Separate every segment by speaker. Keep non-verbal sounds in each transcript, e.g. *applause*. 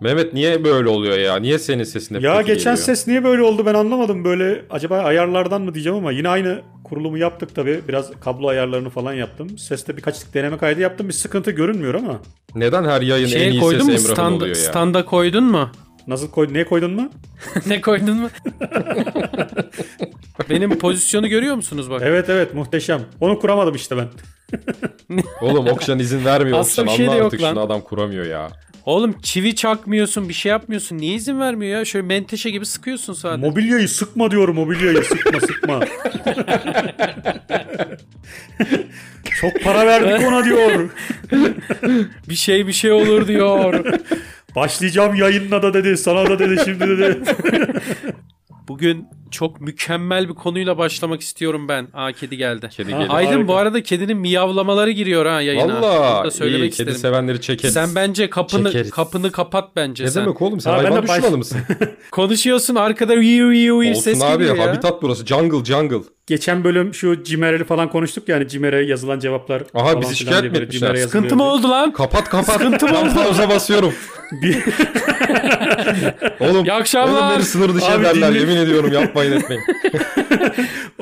Speaker 1: Mehmet niye böyle oluyor ya? Niye senin sesin hep
Speaker 2: Ya
Speaker 1: kötü
Speaker 2: geçen
Speaker 1: geliyor?
Speaker 2: ses niye böyle oldu ben anlamadım. Böyle acaba ayarlardan mı diyeceğim ama yine aynı kurulumu yaptık tabii. Biraz kablo ayarlarını falan yaptım. Seste birkaç deneme kaydı yaptım. Bir sıkıntı görünmüyor ama.
Speaker 1: Neden her yayın en
Speaker 3: Şeye
Speaker 1: iyi
Speaker 3: Şey koydun mu?
Speaker 1: sesi Emrah'ın
Speaker 3: Stand,
Speaker 1: oluyor ya?
Speaker 3: standa koydun mu? *laughs*
Speaker 2: Nasıl koy neye koydun mu?
Speaker 3: ne koydun mu? *laughs* Benim pozisyonu görüyor musunuz bak?
Speaker 2: Evet evet muhteşem. Onu kuramadım işte ben.
Speaker 1: Oğlum Okşan izin vermiyor
Speaker 3: Aslında
Speaker 1: Okşan.
Speaker 3: bir şey de
Speaker 1: Anla
Speaker 3: yok
Speaker 1: artık şunu
Speaker 3: lan.
Speaker 1: adam kuramıyor ya.
Speaker 3: Oğlum çivi çakmıyorsun, bir şey yapmıyorsun. Niye izin vermiyor ya? Şöyle menteşe gibi sıkıyorsun sadece.
Speaker 2: Mobilyayı sıkma diyorum mobilyayı
Speaker 1: *laughs*
Speaker 2: sıkma sıkma. Çok para verdik ona diyor.
Speaker 3: bir şey bir şey olur diyor. *laughs*
Speaker 2: Başlayacağım yayınla da dedi sana da dedi şimdi dedi.
Speaker 3: Bugün çok mükemmel bir konuyla başlamak istiyorum ben. Aa kedi geldi.
Speaker 1: Kedi
Speaker 2: Ha,
Speaker 1: geliyor.
Speaker 3: Aydın
Speaker 2: Harika.
Speaker 3: bu arada kedinin miyavlamaları giriyor ha yayına. Bunu
Speaker 1: Valla
Speaker 3: da söylemek
Speaker 1: iyi.
Speaker 3: isterim.
Speaker 1: Kedi sevenleri çekeriz.
Speaker 3: Sen bence kapını
Speaker 1: Çekeriz.
Speaker 3: kapını kapat bence
Speaker 1: Ne
Speaker 3: sen.
Speaker 1: demek oğlum sen
Speaker 2: Ha, ben
Speaker 1: hayvan
Speaker 2: de baş-
Speaker 1: düşmanı mısın?
Speaker 3: Konuşuyorsun arkada uyu uyu uyu
Speaker 1: Olsun
Speaker 3: ses
Speaker 1: abi
Speaker 3: geliyor ya.
Speaker 1: habitat burası. Jungle jungle.
Speaker 2: Geçen bölüm şu Cimer'li falan konuştuk yani Cimer'e yazılan cevaplar.
Speaker 1: Aha,
Speaker 2: falan
Speaker 1: bizi
Speaker 2: filan
Speaker 1: şikayet
Speaker 2: diye
Speaker 1: mi
Speaker 2: böyle
Speaker 1: etmişler?
Speaker 2: Cimer'e yazılıyor
Speaker 3: Sıkıntı mı
Speaker 2: diye.
Speaker 3: oldu lan?
Speaker 1: Kapat kapat. Ben pausa basıyorum.
Speaker 2: Bir-
Speaker 1: Oğlum,
Speaker 3: İyi akşamlar.
Speaker 1: oğlum beni sınır dışı
Speaker 2: Abi
Speaker 1: ederler.
Speaker 2: dinle.
Speaker 1: Yemin ediyorum yapmayın
Speaker 2: *laughs*
Speaker 1: etmeyin.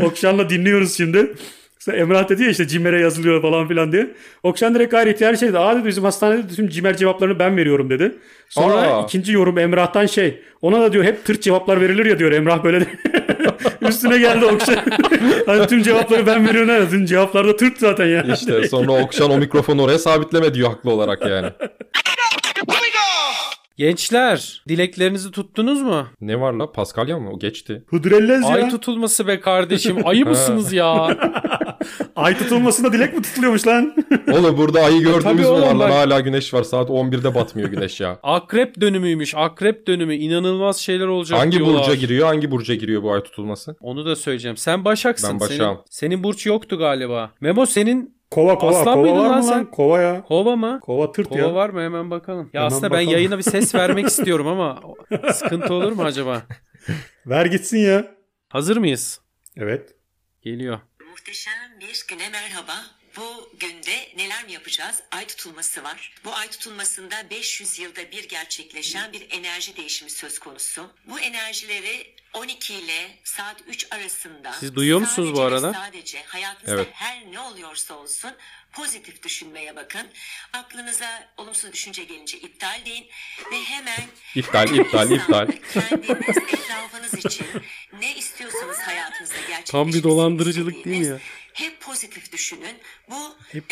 Speaker 2: Okşan'la dinliyoruz şimdi. İşte Emrah dedi ya işte Cimer'e yazılıyor falan filan diye. Okşan direkt gayri ihtiyar şey dedi. Aa dedi bizim hastanede tüm Cimer cevaplarını ben veriyorum dedi. Sonra
Speaker 1: Aa.
Speaker 2: ikinci yorum Emrah'tan şey. Ona da diyor hep tırt cevaplar verilir ya diyor Emrah böyle de. *laughs* Üstüne geldi Okşan. *laughs* hani tüm cevapları ben veriyorum. Hani tüm cevaplarda tırt zaten ya.
Speaker 1: İşte sonra Okşan o mikrofonu oraya sabitleme diyor haklı olarak yani.
Speaker 3: Gençler dileklerinizi tuttunuz mu?
Speaker 1: Ne var la Paskalya mı? O geçti.
Speaker 2: *laughs* Hıdrellez ya.
Speaker 3: Ay tutulması be kardeşim.
Speaker 1: *laughs*
Speaker 3: Ayı mısınız ya?
Speaker 2: Ay tutulmasında dilek mi tutuluyormuş lan?
Speaker 1: Oğlum burada ayı
Speaker 3: Tabii
Speaker 1: gördünüz mü
Speaker 3: oğlum,
Speaker 1: var lan?
Speaker 3: bak.
Speaker 1: Hala güneş var. Saat 11'de batmıyor güneş
Speaker 3: *laughs*
Speaker 1: ya.
Speaker 3: Akrep dönümüymüş. Akrep dönümü inanılmaz şeyler olacak
Speaker 1: Hangi
Speaker 3: diyorlar.
Speaker 1: burca giriyor? Hangi burca giriyor bu ay tutulması?
Speaker 3: Onu da söyleyeceğim. Sen Başak'sın.
Speaker 1: Ben
Speaker 3: senin,
Speaker 1: Başak'ım.
Speaker 3: senin burç yoktu galiba. Memo senin
Speaker 2: Kova kova.
Speaker 3: Aslan
Speaker 2: kova
Speaker 3: mıydın
Speaker 2: var
Speaker 3: lan
Speaker 2: mı
Speaker 3: sen?
Speaker 2: lan? Kova ya.
Speaker 3: kova mı?
Speaker 2: Kova tırt
Speaker 3: Kova
Speaker 2: ya.
Speaker 3: var mı? Hemen bakalım. Ya
Speaker 2: Hemen
Speaker 3: aslında ben
Speaker 2: bakalım.
Speaker 3: yayına bir ses
Speaker 1: *laughs*
Speaker 3: vermek istiyorum ama sıkıntı olur mu acaba?
Speaker 2: Ver gitsin ya.
Speaker 3: Hazır mıyız?
Speaker 2: Evet.
Speaker 3: Geliyor.
Speaker 4: Muhteşem bir güne merhaba. Bu günde neler yapacağız? Ay tutulması var. Bu ay tutulmasında 500 yılda bir gerçekleşen bir enerji değişimi söz konusu. Bu enerjileri 12 ile saat 3 arasında
Speaker 3: Siz duyuyor musunuz bu
Speaker 4: sadece ve
Speaker 3: arada?
Speaker 4: Sadece hayatınızda
Speaker 1: Evet.
Speaker 4: her ne oluyorsa olsun pozitif düşünmeye bakın. Aklınıza olumsuz düşünce gelince iptal deyin ve hemen
Speaker 1: İptal, iptal,
Speaker 4: *laughs*
Speaker 1: iptal.
Speaker 4: Kendiniz, etrafınız için ne istiyorsanız hayatınızda gerçekleşmesi
Speaker 3: Tam bir dolandırıcılık değil mi ya?
Speaker 4: istediğiniz Hep pozitif düşünün. Bu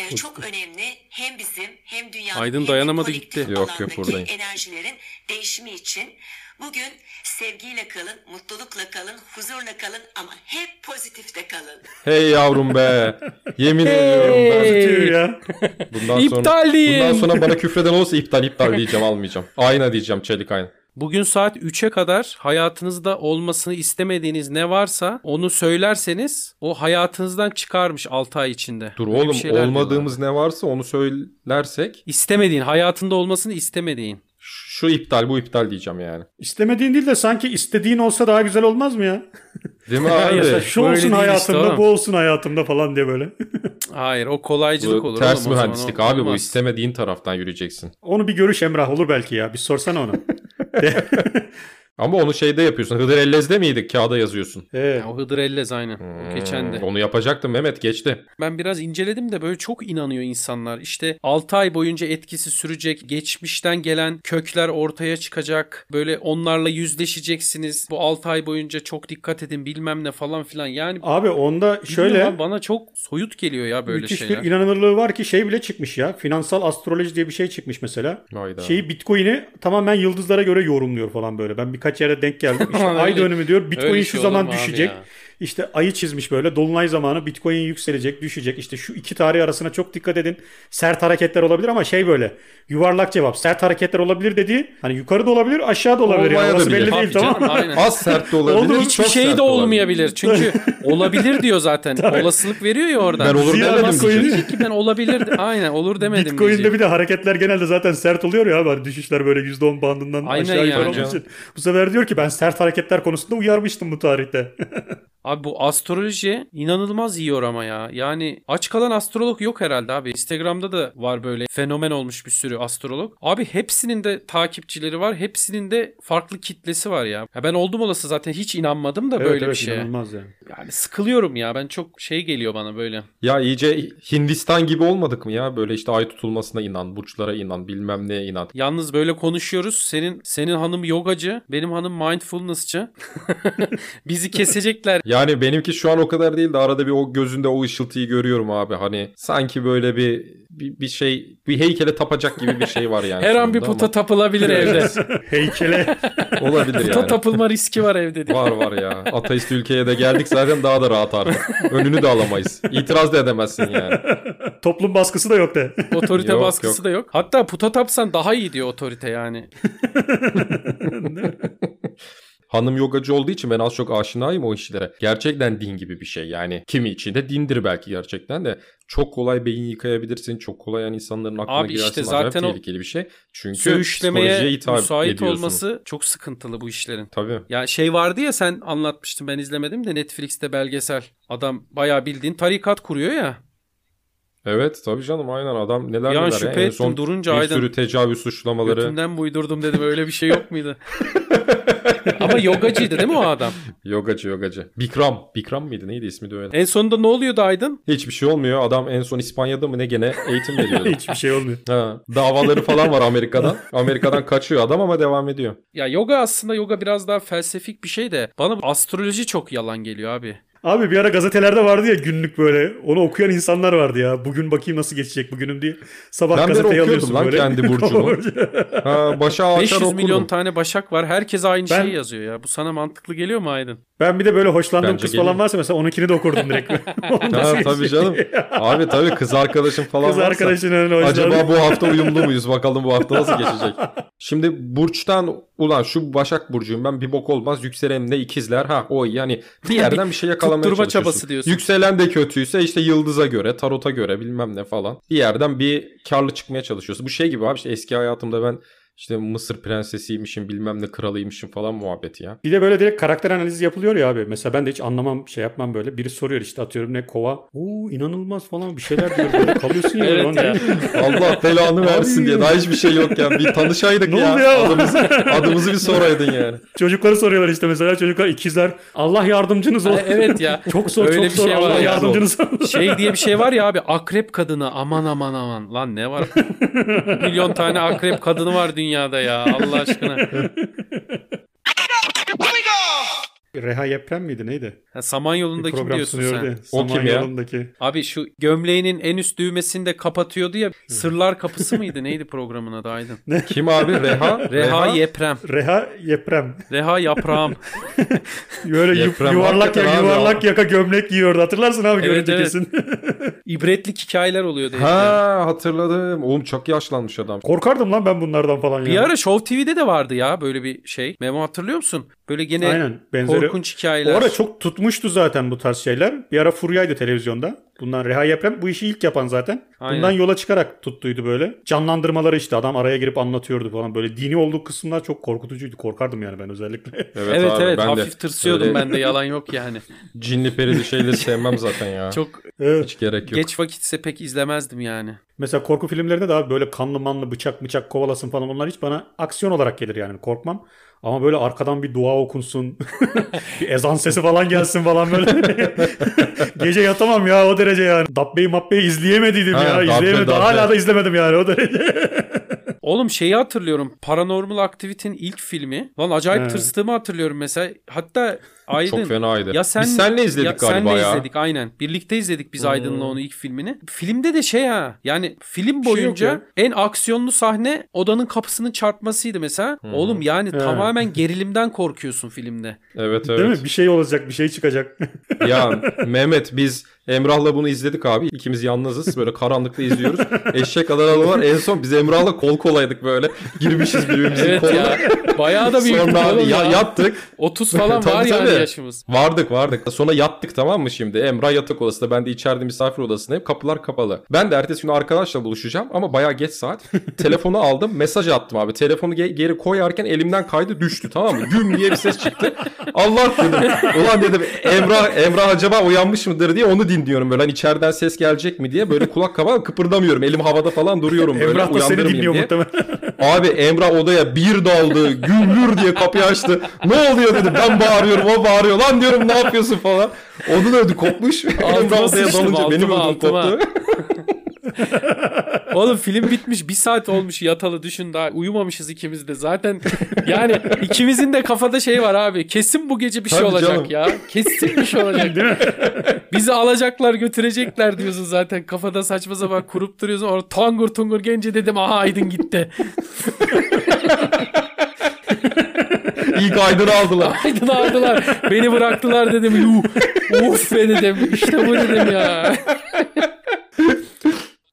Speaker 4: e, çok önemli. Hem bizim hem dünyanın
Speaker 3: Aydın
Speaker 4: hem de
Speaker 3: dayanamadı
Speaker 4: kolektif
Speaker 3: gitti.
Speaker 1: Yok, yok,
Speaker 4: alandaki
Speaker 1: buradayım.
Speaker 4: enerjilerin değişimi için bugün sevgiyle kalın, mutlulukla kalın, huzurla kalın ama hep pozitifte kalın.
Speaker 1: Hey yavrum be. Yemin ediyorum ben.
Speaker 3: Hey.
Speaker 2: Tüy ya.
Speaker 1: Bundan sonra,
Speaker 3: İptal deyin.
Speaker 1: bundan sonra bana küfreden olursa iptal iptal diyeceğim almayacağım. Ayna diyeceğim çelik ayna.
Speaker 3: Bugün saat 3'e kadar hayatınızda olmasını istemediğiniz ne varsa onu söylerseniz o hayatınızdan çıkarmış 6 ay içinde.
Speaker 1: Dur
Speaker 3: Böyle bir
Speaker 1: oğlum
Speaker 3: şeyler diyorlar.
Speaker 1: olmadığımız ne varsa onu söylersek
Speaker 3: istemediğin, hayatında olmasını istemediğin.
Speaker 1: şu iptal bu iptal diyeceğim yani.
Speaker 2: İstemediğin değil de sanki istediğin olsa daha güzel olmaz mı ya?
Speaker 1: Değil
Speaker 3: *laughs*
Speaker 1: mi
Speaker 3: Hayır,
Speaker 1: abi?
Speaker 3: sen
Speaker 2: Şu
Speaker 3: Böyle
Speaker 2: olsun
Speaker 3: değil
Speaker 2: hayatımda,
Speaker 3: işte oğlum.
Speaker 2: bu olsun hayatımda falan diye böyle. *laughs*
Speaker 3: Hayır, o kolaycılık
Speaker 1: Bu
Speaker 3: olur
Speaker 1: ters
Speaker 3: oğlum o zaman,
Speaker 1: mühendislik
Speaker 3: o-
Speaker 1: abi bu
Speaker 3: olmaz.
Speaker 1: istemediğin taraftan yürüyeceksin.
Speaker 2: Onu bir görüş Emrah olur belki ya. Bir sorsana
Speaker 3: *laughs*
Speaker 2: ona.
Speaker 1: Ama onu şeyde yapıyorsun. Hıdır Ellez'de miydik? Kağıda yazıyorsun.
Speaker 2: Ee,
Speaker 3: Ya, o Hıdrellez aynen. O geçen de.
Speaker 1: Hmm, onu yapacaktım Mehmet geçti.
Speaker 3: Ben biraz inceledim de böyle çok inanıyor insanlar. İşte 6 ay boyunca etkisi sürecek, geçmişten gelen kökler ortaya çıkacak. Böyle onlarla yüzleşeceksiniz. Bu 6 ay boyunca çok dikkat edin bilmem ne falan filan. Yani
Speaker 2: abi onda
Speaker 3: şöyle
Speaker 2: şöyle
Speaker 3: bana çok soyut geliyor ya böyle
Speaker 2: müthiş
Speaker 3: şeyler.
Speaker 2: bir inanılırlığı var ki şey bile çıkmış ya. Finansal astroloji diye bir şey çıkmış mesela.
Speaker 1: Hayda.
Speaker 3: Şey-
Speaker 2: Şeyi Şey, Bitcoin'i tamamen yıldızlara göre yorumluyor falan böyle. Ben birkaç yere denk geldim.
Speaker 3: *laughs*
Speaker 2: İşte
Speaker 3: Öyle-
Speaker 2: ay dönümü diyor. Bitcoin
Speaker 3: öyle
Speaker 2: şu
Speaker 3: şey olur
Speaker 2: zaman
Speaker 3: mu abi
Speaker 2: düşecek.
Speaker 3: ya?
Speaker 2: İşte ayı çizmiş böyle. Dolunay zamanı Bitcoin yükselecek, düşecek. İşte şu iki tarih arasına çok dikkat edin. Sert hareketler olabilir ama şey böyle. Yuvarlak cevap. Sert hareketler olabilir dediği hani yukarı da olabilir, aşağı da olabilir. Yani
Speaker 1: Olmaya da
Speaker 2: orası
Speaker 1: bilir.
Speaker 2: belli
Speaker 3: Tabii
Speaker 2: değil tamam
Speaker 3: canım,
Speaker 2: mı?
Speaker 3: aynen.
Speaker 1: Az sert de olabilir.
Speaker 2: Olur,
Speaker 3: Hiçbir
Speaker 1: çok
Speaker 3: şey
Speaker 1: sert
Speaker 3: de olmayabilir. Çünkü olabilir diyor zaten. Olasılık veriyor ya oradan.
Speaker 1: Ben olur
Speaker 2: Ziya
Speaker 1: demedim
Speaker 2: Bitcoin'i-
Speaker 1: diyeceksin.
Speaker 3: Diyecek ki ben olabilir. Aynen olur
Speaker 2: *laughs*
Speaker 3: demedim
Speaker 2: Bitcoin'de
Speaker 3: diyecek.
Speaker 2: bir de hareketler genelde zaten sert oluyor ya abi. Hani düşüşler böyle %10 bandından
Speaker 3: Aynen
Speaker 2: aşağı yukarı
Speaker 3: yani.
Speaker 2: olduğu için. Bu sefer diyor ki ben sert hareketler konusunda uyarmıştım bu tarihte.
Speaker 3: Abi bu astroloji inanılmaz yiyor ama ya. Yani aç kalan astrolog yok herhalde abi. Instagram'da da var böyle fenomen olmuş bir sürü astrolog. Abi hepsinin de takipçileri var. Hepsinin de farklı kitlesi var ya. ya ben oldum olası zaten hiç inanmadım da
Speaker 2: Evet,
Speaker 3: böyle
Speaker 2: evet,
Speaker 3: bir şey şeye.
Speaker 2: inanılmaz yani. *laughs*
Speaker 3: Yani sıkılıyorum ya. Ben çok şey geliyor bana böyle.
Speaker 1: Ya iyice Hindistan gibi olmadık mı ya? Böyle işte ay tutulmasına inan, burçlara inan, bilmem neye inan.
Speaker 3: Yalnız böyle konuşuyoruz. Senin senin hanım yogacı, benim hanım mindfulnessçı. *laughs* Bizi kesecekler.
Speaker 1: Yani benimki şu an o kadar değil de arada bir o gözünde o ışıltıyı görüyorum abi. Hani sanki böyle bir bir, bir şey bir heykele tapacak gibi bir şey var yani.
Speaker 3: Her an bir
Speaker 1: sonunda
Speaker 3: puta tapılabilir evde.
Speaker 1: *laughs*
Speaker 2: Heykele
Speaker 1: ama olabilir
Speaker 3: Puta
Speaker 1: yani.
Speaker 3: tapılma riski var
Speaker 1: *laughs*
Speaker 3: evde. diye.
Speaker 1: Var var ya. Ateist ülkeye de geldik zaten daha da rahat artık. Önünü de alamayız. İtiraz da edemezsin yani.
Speaker 2: toplum baskısı da yok de.
Speaker 3: Otorite
Speaker 1: Yok,
Speaker 3: baskısı
Speaker 1: yok.
Speaker 3: da yok. Hatta puta tapsan daha iyi diyor otorite yani.
Speaker 1: Hanım yogacı olduğu için ben az çok aşinayım o işlere. Gerçekten din gibi bir şey yani. Kimi için de dindir belki gerçekten de. Çok kolay beyin yıkayabilirsin. Çok kolay yani insanların aklına
Speaker 3: Abi
Speaker 1: girersin.
Speaker 3: işte
Speaker 1: Acayip
Speaker 3: zaten o
Speaker 1: tehlikeli bir şey. Çünkü psikolojiye
Speaker 3: Söğüşlemeye
Speaker 1: hitap
Speaker 3: müsait
Speaker 1: ediyorsun.
Speaker 3: olması çok sıkıntılı bu işlerin.
Speaker 1: Tabii.
Speaker 3: Ya şey vardı ya sen anlatmıştın ben izlemedim de Netflix'te belgesel. Adam bayağı bildiğin tarikat kuruyor ya.
Speaker 1: Evet tabii canım aynen adam neler
Speaker 3: Bir an
Speaker 1: neler. ya.
Speaker 3: şüphe
Speaker 1: En
Speaker 3: ettim,
Speaker 1: son
Speaker 3: durunca
Speaker 1: bir
Speaker 3: aynen.
Speaker 1: sürü tecavüz suçlamaları.
Speaker 3: Götümden buydurdum dedim öyle bir şey
Speaker 1: *laughs*
Speaker 3: yok muydu? Ama yogacıydı değil mi o adam?
Speaker 1: Yogacı yogacı. Bikram. Bikram mıydı neydi ismi de öyle.
Speaker 3: En sonunda ne oluyordu Aydın?
Speaker 1: Hiçbir şey olmuyor. Adam en son İspanya'da mı ne gene eğitim
Speaker 3: *laughs*
Speaker 1: veriyordu.
Speaker 2: *laughs* Hiçbir şey olmuyor.
Speaker 1: Ha, davaları falan var Amerika'dan. Amerika'dan kaçıyor adam ama devam ediyor.
Speaker 3: Ya yoga aslında yoga biraz daha felsefik bir şey de bana bu astroloji çok yalan geliyor abi.
Speaker 2: Abi bir ara gazetelerde vardı ya günlük böyle. Onu okuyan insanlar vardı ya. Bugün bakayım nasıl geçecek bugünüm diye. Sabah
Speaker 1: Ben bir
Speaker 2: gazeteyi
Speaker 1: okuyordum
Speaker 2: alıyorsun
Speaker 1: lan
Speaker 2: böyle. *laughs*
Speaker 1: kendi burcumu. Ha, başa açar
Speaker 3: 500
Speaker 1: okurdum.
Speaker 3: milyon tane başak var. Herkes aynı
Speaker 2: Ben-
Speaker 3: şeyi yazıyor ya. Bu sana mantıklı geliyor mu Aydın?
Speaker 2: ben bir de böyle hoşlandığım
Speaker 1: Bence
Speaker 2: kız
Speaker 1: geliyor.
Speaker 2: falan varsa mesela onunkini de
Speaker 1: *laughs*
Speaker 2: okurdum direkt. *laughs* Onu nasıl
Speaker 1: Ha, tabii
Speaker 2: geçecek?
Speaker 1: canım. Abi tabii kız arkadaşın falan
Speaker 2: Kız
Speaker 1: varsa.
Speaker 2: arkadaşının önüne hoşlandın.
Speaker 1: Acaba bu hafta uyumlu muyuz? Bakalım bu hafta nasıl geçecek? Şimdi burçtan ulan şu Başak burcuyum ben bir bok olmaz. Yükselen de ikizler ha o iyi. yani bir yerden bir şey yakalamaya
Speaker 3: Tutturma
Speaker 1: çalışıyorsun.
Speaker 3: çabası diyorsun.
Speaker 1: Yükselen de kötüyse işte yıldıza göre, tarota göre bilmem ne falan. Bir yerden bir karlı çıkmaya çalışıyorsun. Bu şey gibi abi işte eski hayatımda ben işte Mısır prensesiymişim bilmem ne kralıymışım falan muhabbeti ya.
Speaker 2: Bir de böyle direkt karakter analizi yapılıyor ya abi. Mesela ben de hiç anlamam şey yapmam böyle. Biri soruyor işte atıyorum ne kova. Oo inanılmaz falan bir şeyler diyor. Böyle kalıyorsun ya.
Speaker 3: Evet
Speaker 2: lan.
Speaker 3: ya.
Speaker 1: Allah belanı versin
Speaker 2: Ay.
Speaker 1: diye daha hiçbir şey yokken bir tanışaydık
Speaker 2: Ne
Speaker 1: ya.
Speaker 2: oldu ya?
Speaker 1: Adımızı, adımızı bir soraydın yani.
Speaker 2: Çocukları soruyorlar işte mesela çocuklar ikizler. Allah yardımcınız olsun.
Speaker 3: Ay, evet ya.
Speaker 2: *laughs* Çok zor
Speaker 3: Öyle
Speaker 2: çok
Speaker 3: bir
Speaker 2: zor.
Speaker 3: şey var
Speaker 2: Allah
Speaker 3: ya.
Speaker 2: yardımcınız olsun.
Speaker 3: Şey diye bir şey var ya abi akrep kadını aman aman aman lan ne var? milyon tane akrep kadını var dünyada ya Allah aşkına.
Speaker 2: *laughs* Reha Yepren miydi neydi?
Speaker 3: Ha,
Speaker 2: Bir
Speaker 3: Samanyolu'ndaki
Speaker 2: program
Speaker 3: diyorsun sen.
Speaker 2: sunuyordu. ya.
Speaker 1: O kim ya?
Speaker 2: Samanyolu'ndaki.
Speaker 3: Abi şu gömleğinin en üst düğmesini de kapatıyordu ya. Sırlar Kapısı mıydı? Neydi programın adı Aydın?
Speaker 1: Kim abi? Reha?
Speaker 3: Reha Yeprem.
Speaker 2: Reha Yeprem.
Speaker 3: Reha Yaprağım.
Speaker 2: Böyle yu-
Speaker 1: Yeprem
Speaker 2: yuvarlak
Speaker 1: hakikaten
Speaker 2: ya,
Speaker 1: abi
Speaker 2: yuvarlak yaka gömlek giyiyordu. Hatırlarsın abi
Speaker 3: Evet,
Speaker 2: görünce
Speaker 3: evet.
Speaker 2: kesin. *laughs*
Speaker 3: İbretlik hikayeler oluyordu. Yeprem.
Speaker 1: Ha hatırladım. Oğlum çok yaşlanmış adam.
Speaker 2: Korkardım lan ben bunlardan falan
Speaker 3: Bir
Speaker 2: ya.
Speaker 3: ara Show TV'de de vardı ya böyle bir şey. Memo hatırlıyor musun? Böyle gene
Speaker 2: Aynen. Benzeri.
Speaker 3: korkunç
Speaker 2: O
Speaker 3: hikayeler.
Speaker 2: ara çok tutmuştu zaten bu tarz şeyler. Bir ara furyaydı televizyonda. Bundan Reha Yeprem bu işi ilk yapan zaten.
Speaker 3: Aynen.
Speaker 2: Bundan yola çıkarak tuttuydu böyle. Canlandırmaları işte adam araya girip anlatıyordu falan. Böyle dini olduğu kısımlar çok korkutucuydu. Korkardım yani ben özellikle.
Speaker 3: Evet evet,
Speaker 1: abi, ben de
Speaker 3: hafif tırsıyordum
Speaker 1: öyle
Speaker 3: ben de yalan
Speaker 1: *laughs*
Speaker 3: yok yani.
Speaker 1: Cinli perili
Speaker 3: *laughs*
Speaker 1: şeyleri sevmem zaten ya.
Speaker 3: Çok
Speaker 2: Evet.
Speaker 1: Hiç gerek yok.
Speaker 3: geç vakitse pek izlemezdim yani.
Speaker 2: Mesela korku filmlerinde de abi böyle kanlı manlı bıçak bıçak kovalasın falan onlar hiç bana aksiyon olarak gelir yani korkmam. Ama böyle arkadan bir dua okunsun, *laughs* bir ezan sesi falan gelsin falan böyle. *laughs* Gece yatamam ya o derece yani. Dabbeyi mabbeyi izleyemediydim
Speaker 1: Ha,
Speaker 2: ya.
Speaker 1: dabbe,
Speaker 2: izleyemedim.
Speaker 1: dabbe.
Speaker 2: Hala da izlemedim yani o derece. *laughs*
Speaker 3: Oğlum şeyi hatırlıyorum. Paranormal Activity'nin ilk filmi. Lan acayip
Speaker 2: He.
Speaker 3: tırstığımı hatırlıyorum mesela. Hatta Aydın.
Speaker 1: Çok fenaydı.
Speaker 3: Ya sen,
Speaker 1: Biz senle izledik
Speaker 3: ya
Speaker 1: galiba
Speaker 3: senle
Speaker 1: ya. Hmm.
Speaker 3: izledik aynen. Birlikte izledik biz Aydın'la onu ilk filmini. Filmde de şey ha yani film
Speaker 2: şey yok
Speaker 3: boyunca
Speaker 2: ya.
Speaker 3: en aksiyonlu sahne odanın kapısının çarpmasıydı mesela. Oğlum yani
Speaker 2: Evet.
Speaker 3: tamamen gerilimden
Speaker 1: *laughs*
Speaker 3: korkuyorsun filmde.
Speaker 1: Evet
Speaker 2: Değil
Speaker 1: evet.
Speaker 2: mi? Bir şey olacak, bir şey çıkacak.
Speaker 1: ya Mehmet biz Emrah'la bunu izledik abi. İkimiz yalnızız. Böyle karanlıkta izliyoruz. Eşek kadar var. En son biz Emrah'la kol kolaydık böyle. Girmişiz birbirimizin
Speaker 3: Evet
Speaker 1: koluna.
Speaker 3: ya. Bayağı da bir şey
Speaker 1: Sonra abi ya,
Speaker 3: ya.
Speaker 1: yattık.
Speaker 3: 30
Speaker 1: *laughs*
Speaker 3: falan
Speaker 1: Tabii
Speaker 3: var yani.
Speaker 1: tabii.
Speaker 3: ihtiyaçımız.
Speaker 1: Vardık vardık. Sonra yattık tamam mı şimdi? Emrah yatak odasında ben de içeride misafir odasındayım. Kapılar kapalı. Ben de ertesi gün arkadaşla buluşacağım ama bayağı geç saat. *laughs* Telefonu aldım mesaj attım abi. Telefonu ge- geri koyarken elimden kaydı düştü tamam mı? Güm diye bir ses çıktı. Allah dedim. Ulan dedim Emrah, Emrah acaba uyanmış mıdır diye onu dinliyorum böyle. Hani içeriden ses gelecek mi diye böyle kulak kapalı kıpırdamıyorum. Elim havada falan duruyorum böyle.
Speaker 2: Emrah da seni
Speaker 1: uyandırmayayım
Speaker 2: dinliyor
Speaker 1: diye.
Speaker 2: muhtemelen. *laughs*
Speaker 1: Abi Emrah odaya bir daldı. Gümbür diye kapıyı açtı. Ne oluyor dedim. Ben bağırıyorum o bağırıyor. Lan diyorum ne yapıyorsun falan. Onun ödü kopmuş. Emrah odaya
Speaker 3: sıçtım,
Speaker 1: dalınca benim
Speaker 3: altıma,
Speaker 1: ödüm koptu.
Speaker 3: altıma. Oğlum film bitmiş bir saat olmuş yatalı düşün daha uyumamışız ikimiz de zaten yani ikimizin de kafada şey var abi kesin bu gece bir şey
Speaker 1: Tabii
Speaker 3: olacak
Speaker 1: canım.
Speaker 3: ya kesin bir şey olacak değil mi? Bizi alacaklar götürecekler diyorsun zaten kafada saçma sapan kurup duruyorsun orada tangur tungur gence dedim aha Aydın gitti *laughs*
Speaker 1: İlk aydını aldılar.
Speaker 3: Aydın aldılar beni bıraktılar dedim yuh uf be dedim işte bu dedim ya *laughs*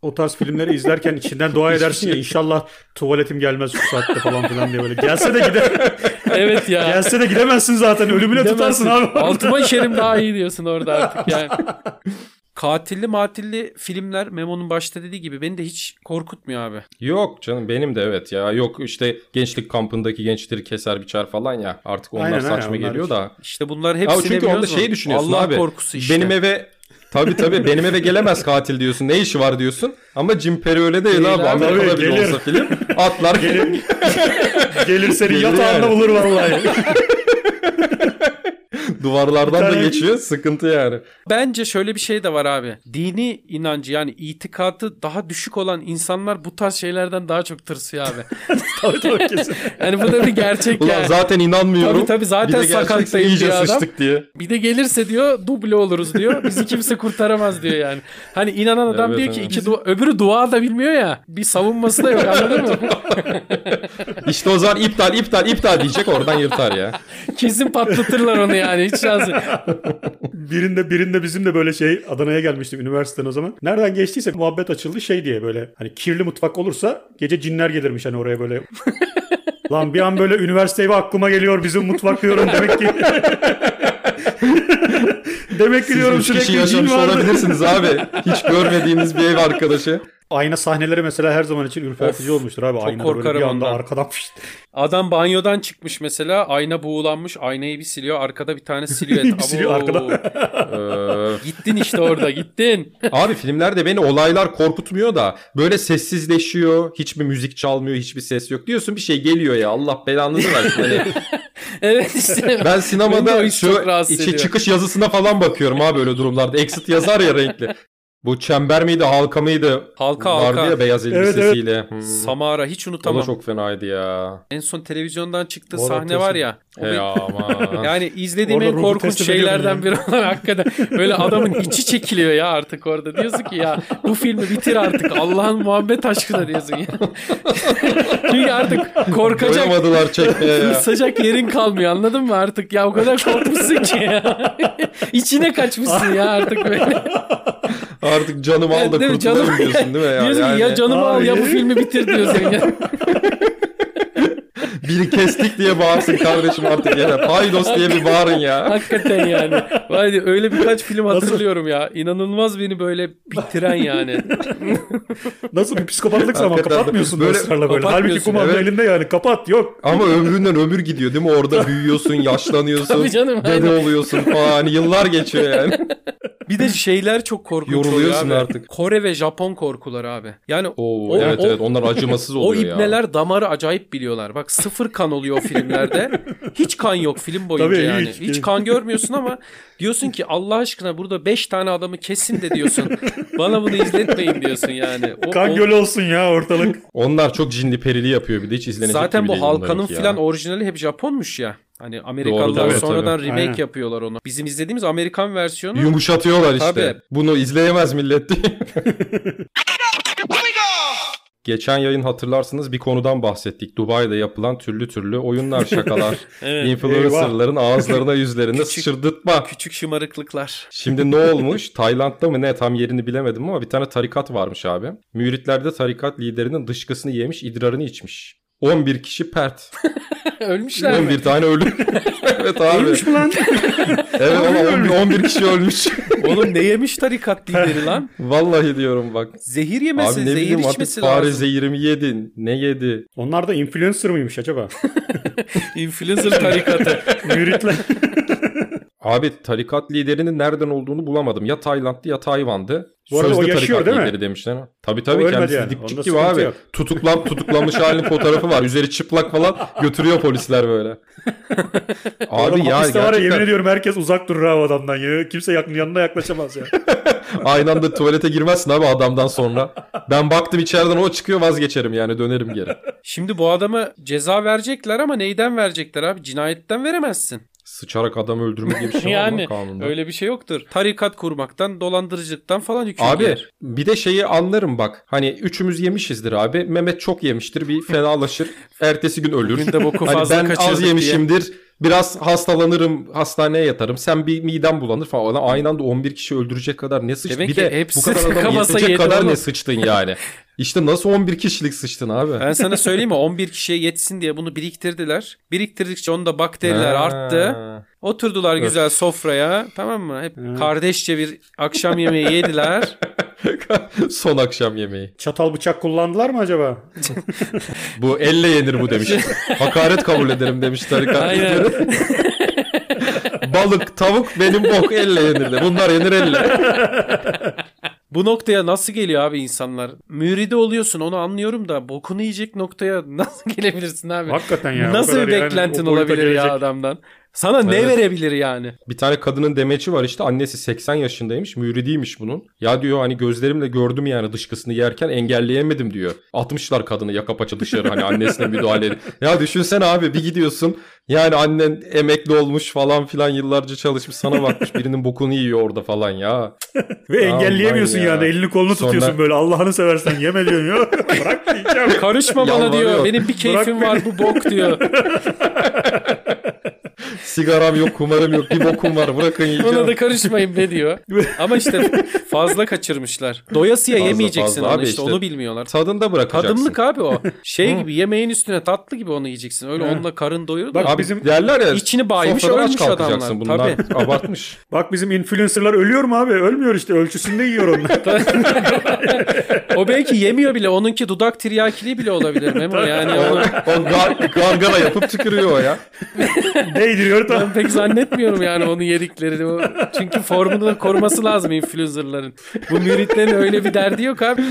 Speaker 2: O tarz filmleri izlerken içinden dua edersin ya inşallah tuvaletim gelmez şu saatte falan filan diye böyle. Gelse de gider.
Speaker 3: evet ya.
Speaker 2: Gelse de gidemezsin zaten. Ölümüne
Speaker 3: Demezsin.
Speaker 2: tutarsın abi.
Speaker 3: Altıma işerim daha iyi diyorsun orada
Speaker 2: *laughs*
Speaker 3: artık yani. Katilli matilli filmler Memo'nun başta dediği gibi beni de hiç korkutmuyor abi.
Speaker 1: Yok canım benim de evet ya. Yok işte gençlik kampındaki gençleri keser biçer falan ya. Artık onlar
Speaker 2: Aynen, aynen,
Speaker 1: saçma
Speaker 2: onlar
Speaker 1: geliyor
Speaker 2: hiç-
Speaker 1: da.
Speaker 3: İşte bunlar hepsini
Speaker 1: Abi çünkü onda
Speaker 3: biliyoruz mu?
Speaker 1: şey düşünüyorsun
Speaker 3: Allah
Speaker 1: abi.
Speaker 3: korkusu işte.
Speaker 1: Benim eve tabii tabii benim eve gelemez katil diyorsun. Ne işi var diyorsun. Ama Jim Perry öyle değil,
Speaker 3: Değil
Speaker 1: abi.
Speaker 3: abi.
Speaker 1: Amerika'da
Speaker 2: Tabii,
Speaker 1: bile
Speaker 2: gelir.
Speaker 1: olsa film atlar.
Speaker 2: *laughs* Gelir seni
Speaker 1: Gelir
Speaker 2: yatağında
Speaker 1: yani. *laughs*
Speaker 2: bulur vallahi.
Speaker 1: Duvarlardan
Speaker 2: Bir
Speaker 1: da
Speaker 2: tane-
Speaker 1: geçiyor. Sıkıntı yani.
Speaker 3: Bence şöyle bir şey de var abi. Dini inancı yani itikadı daha düşük olan insanlar bu tarz şeylerden daha çok tırsıyor
Speaker 1: *laughs*
Speaker 3: abi.
Speaker 2: tabii tabii kesin.
Speaker 3: Yani bu da bir gerçek
Speaker 1: Ulan
Speaker 3: yani.
Speaker 1: zaten inanmıyorum.
Speaker 3: Tabii tabii, zaten
Speaker 1: Bir de gerçekse
Speaker 3: sakattayım
Speaker 1: iyice
Speaker 3: diyor adam.
Speaker 1: sıçtık diye.
Speaker 3: Bir de gelirse diyor duble oluruz diyor. Bizi kimse kurtaramaz diyor yani. Hani inanan adam
Speaker 1: Evet,
Speaker 3: diyor ki
Speaker 1: evet.
Speaker 3: iki dua, öbürü dua da bilmiyor ya. Bir savunması da yok anladın mı?
Speaker 1: İşte o zaman iptal iptal iptal diyecek oradan yırtar
Speaker 3: *laughs*
Speaker 1: ya.
Speaker 3: Kesin patlatırlar onu yani hiç şansı.
Speaker 2: Birinde birinde bizim de böyle şey Adana'ya gelmiştim üniversiteden o zaman. Nereden geçtiyse muhabbet açıldı şey diye böyle hani kirli mutfak olursa gece cinler gelirmiş hani
Speaker 1: *laughs*
Speaker 2: oraya böyle. Lan bir an böyle üniversite evi aklıma geliyor bizim mutfak diyorum
Speaker 1: *laughs*
Speaker 2: demek ki. demek ki
Speaker 1: Siz
Speaker 2: diyorum
Speaker 1: üç kişi
Speaker 2: sürekli cin
Speaker 1: yaşamış
Speaker 2: vardı.
Speaker 1: olabilirsiniz
Speaker 3: *laughs*
Speaker 1: abi. Hiç görmediğiniz bir ev arkadaşı.
Speaker 2: Ayna sahneleri mesela her zaman için ürpertici
Speaker 3: Of,
Speaker 2: olmuştur abi.
Speaker 3: çok
Speaker 2: Aynada böyle bir
Speaker 3: korkarım
Speaker 2: anda
Speaker 3: ondan.
Speaker 2: arkadan *laughs* fışt.
Speaker 3: Adam banyodan çıkmış mesela ayna buğulanmış aynayı bir siliyor arkada bir tane
Speaker 2: *laughs*
Speaker 3: silüet.
Speaker 2: Bir siliyor
Speaker 3: Abo.
Speaker 2: arkada.
Speaker 1: Ee,
Speaker 3: Gittin işte orada gittin.
Speaker 1: Abi filmlerde beni olaylar korkutmuyor da böyle sessizleşiyor. Hiçbir müzik çalmıyor, hiçbir ses yok. Diyorsun bir şey geliyor ya Allah belanızı versin. Hani
Speaker 3: evet işte.
Speaker 1: ben
Speaker 3: *laughs* Beni de o
Speaker 1: sinemada
Speaker 3: iş çok
Speaker 1: şu
Speaker 3: rahatsız
Speaker 1: içi
Speaker 3: ediyor.
Speaker 1: çıkış yazısına falan bakıyorum abi böyle durumlarda. Exit yazar ya renkli. Bu çember miydi halka mıydı?
Speaker 3: Halka,
Speaker 1: Vardı
Speaker 3: halka.
Speaker 1: ya beyaz
Speaker 2: Evet, evet.
Speaker 1: elbisesiyle. Hmm.
Speaker 3: Samara hiç
Speaker 1: O da
Speaker 3: unutamam.
Speaker 1: çok fenaydı ya.
Speaker 3: En son televizyondan çıktığı
Speaker 2: Orada
Speaker 3: sahne
Speaker 2: kesin.
Speaker 3: var ya. o
Speaker 1: He
Speaker 3: bir-
Speaker 1: aman.
Speaker 3: *laughs* Yani izlediğim
Speaker 2: Orada
Speaker 3: en
Speaker 2: ruhu
Speaker 3: korkunç
Speaker 2: teslim ediyorum
Speaker 3: şeylerden
Speaker 2: yani.
Speaker 3: biri olan hakikaten böyle adamın içi çekiliyor ya artık orada. Diyorsun ki ya bu filmi bitir artık Allah'ın muhabbet aşkına diyorsun ya. *laughs* Çünkü artık korkacak
Speaker 1: Koyamadılar çekmeye
Speaker 3: *laughs*
Speaker 1: ya.
Speaker 3: Sıcak yerin kalmıyor anladın mı artık ya o kadar korkmuşsun ki
Speaker 1: *laughs*
Speaker 3: ya. İçine kaçmışsın ya artık böyle.
Speaker 1: Artık canımı al da
Speaker 3: Değil mi? Canım-
Speaker 1: kurtulayım diyorsun
Speaker 3: *laughs*
Speaker 1: değil mi? Ya?
Speaker 3: diyorsun ki ya
Speaker 1: Yani
Speaker 3: canımı al ya bu
Speaker 2: Abi.
Speaker 3: filmi bitir diyorsun
Speaker 1: *laughs*
Speaker 3: ya.
Speaker 1: Biri kestik diye bağırsın kardeşim artık yere. Paydos diye bir bağırın ya.
Speaker 3: Hakikaten yani. Vay be, öyle birkaç film hatırlıyorum ya. İnanılmaz beni böyle bitiren yani.
Speaker 2: Nasıl
Speaker 1: *laughs*
Speaker 2: bir psikopatlıksa ama
Speaker 1: Hakikaten de.
Speaker 2: kapatmıyorsun da
Speaker 1: Böyle
Speaker 2: ısrarla böyle. Halbuki
Speaker 3: kapatmıyorsun,
Speaker 2: kumanda
Speaker 1: evet.
Speaker 2: elinde yani kapat yok.
Speaker 1: Ama ömründen ömür gidiyor değil mi? Orada büyüyorsun, yaşlanıyorsun.
Speaker 3: Tabii canım,
Speaker 1: Dede
Speaker 3: aynen.
Speaker 1: oluyorsun falan. Hani yıllar geçiyor yani.
Speaker 3: *laughs* Bir de şeyler çok korkunç oluyor
Speaker 1: Yoruluyorsun
Speaker 3: abi.
Speaker 1: artık.
Speaker 3: Kore ve Japon korkuları abi. Yani
Speaker 1: Oo,
Speaker 3: O-
Speaker 1: evet
Speaker 3: o-
Speaker 1: evet onlar acımasız oluyor
Speaker 3: o
Speaker 1: ya.
Speaker 3: ibneler damarı acayip biliyorlar. Bak sıfır kan oluyor o filmlerde. Hiç kan yok film boyunca
Speaker 2: Tabii,
Speaker 3: yani.
Speaker 2: hiç.
Speaker 3: Hiç, kan görmüyorsun ama diyorsun ki Allah aşkına burada 5 tane adamı kesin de diyorsun. Bana bunu izletmeyin diyorsun yani. O,
Speaker 2: Kan
Speaker 3: o-
Speaker 2: gölü olsun ya ortalık. *laughs*
Speaker 1: Onlar çok cinli perili yapıyor bir de hiç izlenecek
Speaker 3: Zaten
Speaker 1: gibi
Speaker 3: bu
Speaker 1: değil bunlarınki
Speaker 3: halkanın
Speaker 1: ya.
Speaker 3: filan orijinali hep Japonmuş ya. Hani Amerikalılar
Speaker 1: tabii,
Speaker 3: sonradan remake
Speaker 2: Aynen.
Speaker 3: yapıyorlar onu. Bizim izlediğimiz Amerikan versiyonu
Speaker 1: Yumuşatıyorlar işte.
Speaker 3: Tabii.
Speaker 1: Bunu izleyemez millet diye. Geçen yayın hatırlarsınız bir konudan bahsettik. Dubai'de yapılan türlü türlü oyunlar,
Speaker 3: *laughs*
Speaker 1: şakalar, influencerların ağızlarına yüzlerine
Speaker 3: Küçük-
Speaker 1: sıçırdıtma.
Speaker 3: küçük şımarıklıklar. *laughs*
Speaker 1: Şimdi ne olmuş? Tayland'da mı ne tam yerini bilemedim ama bir tane tarikat varmış abi. Müritler de tarikat liderinin dışkısını yemiş, idrarını içmiş. 11 kişi pert.
Speaker 3: Ölmüşler mi?
Speaker 1: 11 tane
Speaker 3: *laughs*
Speaker 1: ölü. evet abi.
Speaker 2: Ölmüş mü lan?
Speaker 1: Evet valla 11, 11 kişi ölmüş. *laughs*
Speaker 3: Oğlum ne yemiş tarikat
Speaker 2: *laughs*
Speaker 3: lideri lan?
Speaker 1: Vallahi diyorum bak.
Speaker 3: Zehir
Speaker 1: abi
Speaker 3: yemesi,
Speaker 1: ne
Speaker 3: zehir
Speaker 1: bileyim artık
Speaker 3: içmesi
Speaker 1: fare
Speaker 3: lazım.
Speaker 1: zehirimi yedin. Ne yedi?
Speaker 2: Onlar da influencer mıymış acaba?
Speaker 3: Influencer tarikatı.
Speaker 2: Müritler.
Speaker 1: Abi tarikat liderinin nereden olduğunu bulamadım. Ya Tayland'dı ya Tayvan'dı.
Speaker 2: Bu arada o
Speaker 1: Sözde
Speaker 2: yaşıyor,
Speaker 1: tarikat
Speaker 2: değil mi?
Speaker 1: lideri demişler. ama. Tabii tabii
Speaker 2: O ölmedi
Speaker 1: kendisi
Speaker 2: yani. Onda
Speaker 1: dipçik gibi
Speaker 2: sıkıntı
Speaker 1: abi.
Speaker 2: yok.
Speaker 1: Tutuklan, tutuklanmış halinin fotoğrafı var. Üzeri çıplak falan götürüyor polisler
Speaker 2: *laughs*
Speaker 1: böyle. *laughs* abi
Speaker 2: Adam
Speaker 1: ya
Speaker 2: hapiste var ya yemin
Speaker 1: gerçekten
Speaker 2: ediyorum herkes uzak durur ha o adamdan ya. Kimse yakın, yanına
Speaker 1: *laughs*
Speaker 2: yaklaşamaz ya.
Speaker 1: aynı anda tuvalete girmezsin abi adamdan sonra. Ben baktım içeriden o çıkıyor vazgeçerim yani dönerim geri.
Speaker 3: Şimdi bu adama ceza verecekler ama neyden verecekler abi? Cinayetten veremezsin.
Speaker 1: Sıçarak adam öldürme gibi bir şey var mı
Speaker 3: yani
Speaker 1: kanunda?
Speaker 3: öyle bir şey yoktur. Tarikat kurmaktan, dolandırıcılıktan falan hüküm
Speaker 1: Abi
Speaker 3: yer.
Speaker 1: bir de şeyi anlarım bak. Hani üçümüz yemişizdir abi. Mehmet çok yemiştir. Bir fenalaşır. Ertesi gün ölür.
Speaker 3: Bugün de boku
Speaker 1: Hani
Speaker 3: fazla
Speaker 1: ben
Speaker 3: kaçırdık
Speaker 1: az
Speaker 3: diye.
Speaker 1: yemişimdir. Biraz hastalanırım. Hastaneye yatarım. Sen bir midem bulanır falan. Ulan Aynı anda 11 kişi öldürecek kadar ne sıçtın?
Speaker 3: Demek
Speaker 1: bir
Speaker 3: ki
Speaker 1: de
Speaker 3: hepsi
Speaker 1: bu kadar adam
Speaker 3: kafasa
Speaker 1: yetecek
Speaker 3: yedi
Speaker 1: kadar
Speaker 3: oğlum.
Speaker 1: ne sıçtın
Speaker 3: *laughs*
Speaker 1: yani. İşte nasıl 11 kişilik sıçtın abi?
Speaker 3: Ben sana söyleyeyim mi? 11 kişiye yetsin diye bunu biriktirdiler. Biriktirdikçe onda bakteriler
Speaker 1: Ha.
Speaker 3: arttı. Oturdular
Speaker 1: Öf.
Speaker 3: güzel sofraya. Tamam mı? Hep kardeşçe bir akşam
Speaker 1: *laughs*
Speaker 3: yemeği yediler.
Speaker 1: *laughs* Son akşam yemeği.
Speaker 2: Çatal bıçak kullandılar mı acaba?
Speaker 1: Bu elle yenir bu demiş. Hakaret kabul ederim demiş tarikat.
Speaker 3: Aynen.
Speaker 1: Balık, tavuk benim bok elle yenir de. Bunlar yenir elle.
Speaker 3: Bu noktaya nasıl geliyor abi insanlar? Müride oluyorsun onu anlıyorum da bokunu yiyecek noktaya nasıl *laughs* gelebilirsin abi?
Speaker 2: Hakikaten ya. o
Speaker 3: nasıl
Speaker 2: kadar
Speaker 3: bir
Speaker 2: yani
Speaker 3: beklentin
Speaker 2: o boyuta
Speaker 3: olabilir
Speaker 2: gelecek.
Speaker 3: ya adamdan? Sana ne
Speaker 1: Evet.
Speaker 3: verebilir yani?
Speaker 1: Bir tane kadının demeci var işte annesi 80 yaşındaymış müridiymiş bunun. Ya diyor hani gözlerimle gördüm yani dışkısını yerken engelleyemedim diyor. Atmışlar kadını yaka paça dışarı hani annesine müdahale edip. Ya düşünsene abi bir gidiyorsun yani annen emekli olmuş falan filan yıllarca çalışmış sana bakmış birinin bokunu yiyor orada falan ya.
Speaker 2: Ve
Speaker 1: Aman
Speaker 2: engelleyemiyorsun
Speaker 1: ya.
Speaker 2: yani. Elini kolunu
Speaker 1: Sonra-
Speaker 2: tutuyorsun böyle. Allah'ını seversen yeme
Speaker 1: *laughs*
Speaker 2: diyorsun ya. *laughs* Bırak diyeceğim.
Speaker 3: Karışma bana diyor.
Speaker 1: Yalvarıyor.
Speaker 3: Benim bir keyfim
Speaker 2: Bırak
Speaker 3: var bu bok diyor.
Speaker 2: *laughs*
Speaker 1: Sigaram yok kumarım yok bir bokum var bırakın yiyeceğim.
Speaker 3: Buna da karışmayın
Speaker 2: *laughs*
Speaker 3: be diyor. Ama işte fazla kaçırmışlar. Doyasıya
Speaker 1: Fazla,
Speaker 3: yemeyeceksin
Speaker 1: fazla
Speaker 3: onu
Speaker 1: abi
Speaker 3: işte,
Speaker 1: işte.
Speaker 3: onu bilmiyorlar.
Speaker 1: Tadında bırakacaksın.
Speaker 3: Tadımlık abi o. Şey gibi yemeğin üstüne tatlı gibi onu yiyeceksin. Öyle
Speaker 2: He.
Speaker 3: onunla karın doyuyor da.
Speaker 2: Bak
Speaker 1: Abi
Speaker 2: bizim
Speaker 1: derler ya
Speaker 3: İçini baymış,
Speaker 1: sofradan aç
Speaker 3: ölmüş
Speaker 1: kalkacaksın
Speaker 3: adamlar.
Speaker 1: bunlar abartmış.
Speaker 2: bak bizim influencerlar ölüyor mu abi? Ölmüyor işte. Ölçüsünde yiyor onlar.
Speaker 3: *laughs* O belki yemiyor bile. Onunki dudak tiryakiliği bile olabilir Memo. Yani
Speaker 1: O,
Speaker 3: onu
Speaker 1: o gar- gargara yapıp tükürüyor o ya.
Speaker 2: Değdiriyor tamam.
Speaker 3: ben pek zannetmiyorum yani onun yediklerini. O- Çünkü formunu da koruması lazım influencerların. Bu müritlerin öyle bir derdi yok abi.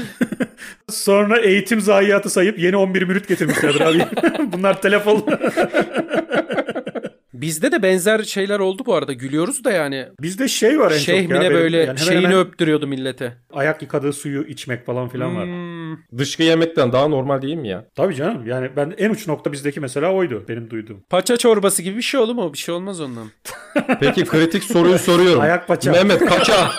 Speaker 2: Sonra eğitim zayiatı sayıp yeni 11 mürit getirmişlerdir abi. *laughs* Bunlar telefon.
Speaker 3: *laughs* Bizde de benzer şeyler oldu bu arada. Gülüyoruz da yani.
Speaker 2: Bizde şey var en çok
Speaker 3: Şeyh
Speaker 2: ya.
Speaker 3: bile
Speaker 2: benim-
Speaker 3: böyle
Speaker 2: yani hemen
Speaker 3: şeyini
Speaker 2: hemen
Speaker 3: öptürüyordu millete.
Speaker 2: ayak yıkadığı suyu içmek falan filan var.
Speaker 3: Hmm.
Speaker 1: Dışkı yemekten daha normal değil mi ya?
Speaker 2: Tabii canım. Yani ben en uç nokta bizdeki mesela oydu. Benim duyduğum.
Speaker 3: Paça çorbası gibi bir şey olur mu? Bir şey
Speaker 2: *laughs*
Speaker 3: olmaz ondan.
Speaker 1: Peki kritik soruyu soruyorum.
Speaker 2: Ayak paça.
Speaker 1: Mehmet kaça.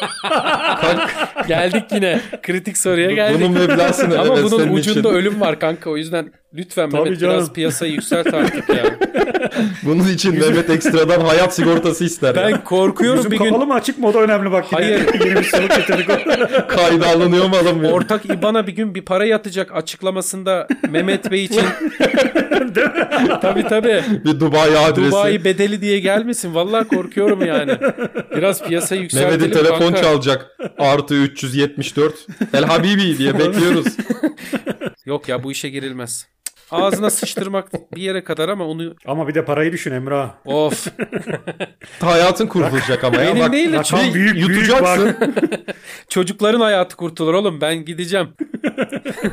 Speaker 1: Kalk,
Speaker 3: Geldik yine. Kritik soruya geldik.
Speaker 1: bunun meblasını.
Speaker 3: Ama
Speaker 1: evet,
Speaker 3: bunun
Speaker 1: senin için.
Speaker 3: ucunda ölüm var kanka. O yüzden lütfen
Speaker 2: Tabii
Speaker 3: Mehmet
Speaker 2: canım.
Speaker 3: biraz piyasayı yükselt
Speaker 2: *laughs*
Speaker 3: artık ya.
Speaker 1: Bunun için Mehmet ekstradan hayat sigortası ister. ya.
Speaker 3: Ben korkuyorum
Speaker 2: Yüzüm
Speaker 3: bir gün
Speaker 2: kapalı mı açık mı o da önemli bak. yine.
Speaker 3: Hayır.
Speaker 2: *laughs* Yeni bir soru getirdik.
Speaker 1: Kayda alınıyor mu alınmıyor mu?
Speaker 3: ortak IBAN'a bir gün bir para yatacak açıklamasında Mehmet
Speaker 2: *laughs*
Speaker 3: Bey için. tabii tabii.
Speaker 1: Bir Dubai adresi.
Speaker 3: Dubai bedeli diye gelmesin. Vallahi korkuyorum yani. Biraz piyasayı yükseltelim
Speaker 1: Mehmet'in telefon
Speaker 3: kanka.
Speaker 1: çalacak. Artı 374. El Habibi diye bekliyoruz.
Speaker 3: Yok ya bu işe girilmez. Ağzına sıçtırmak bir yere kadar ama onu
Speaker 2: Ama bir de parayı düşün Emrah.
Speaker 3: of
Speaker 1: Hayatın kurtulacak ama ya.
Speaker 3: Benim
Speaker 1: Bak,
Speaker 3: değil de şey,
Speaker 1: bir
Speaker 2: çok- Büyük, büyük
Speaker 1: yutacaksın.
Speaker 2: *laughs*
Speaker 3: çocukların hayatı kurtulur oğlum ben gideceğim.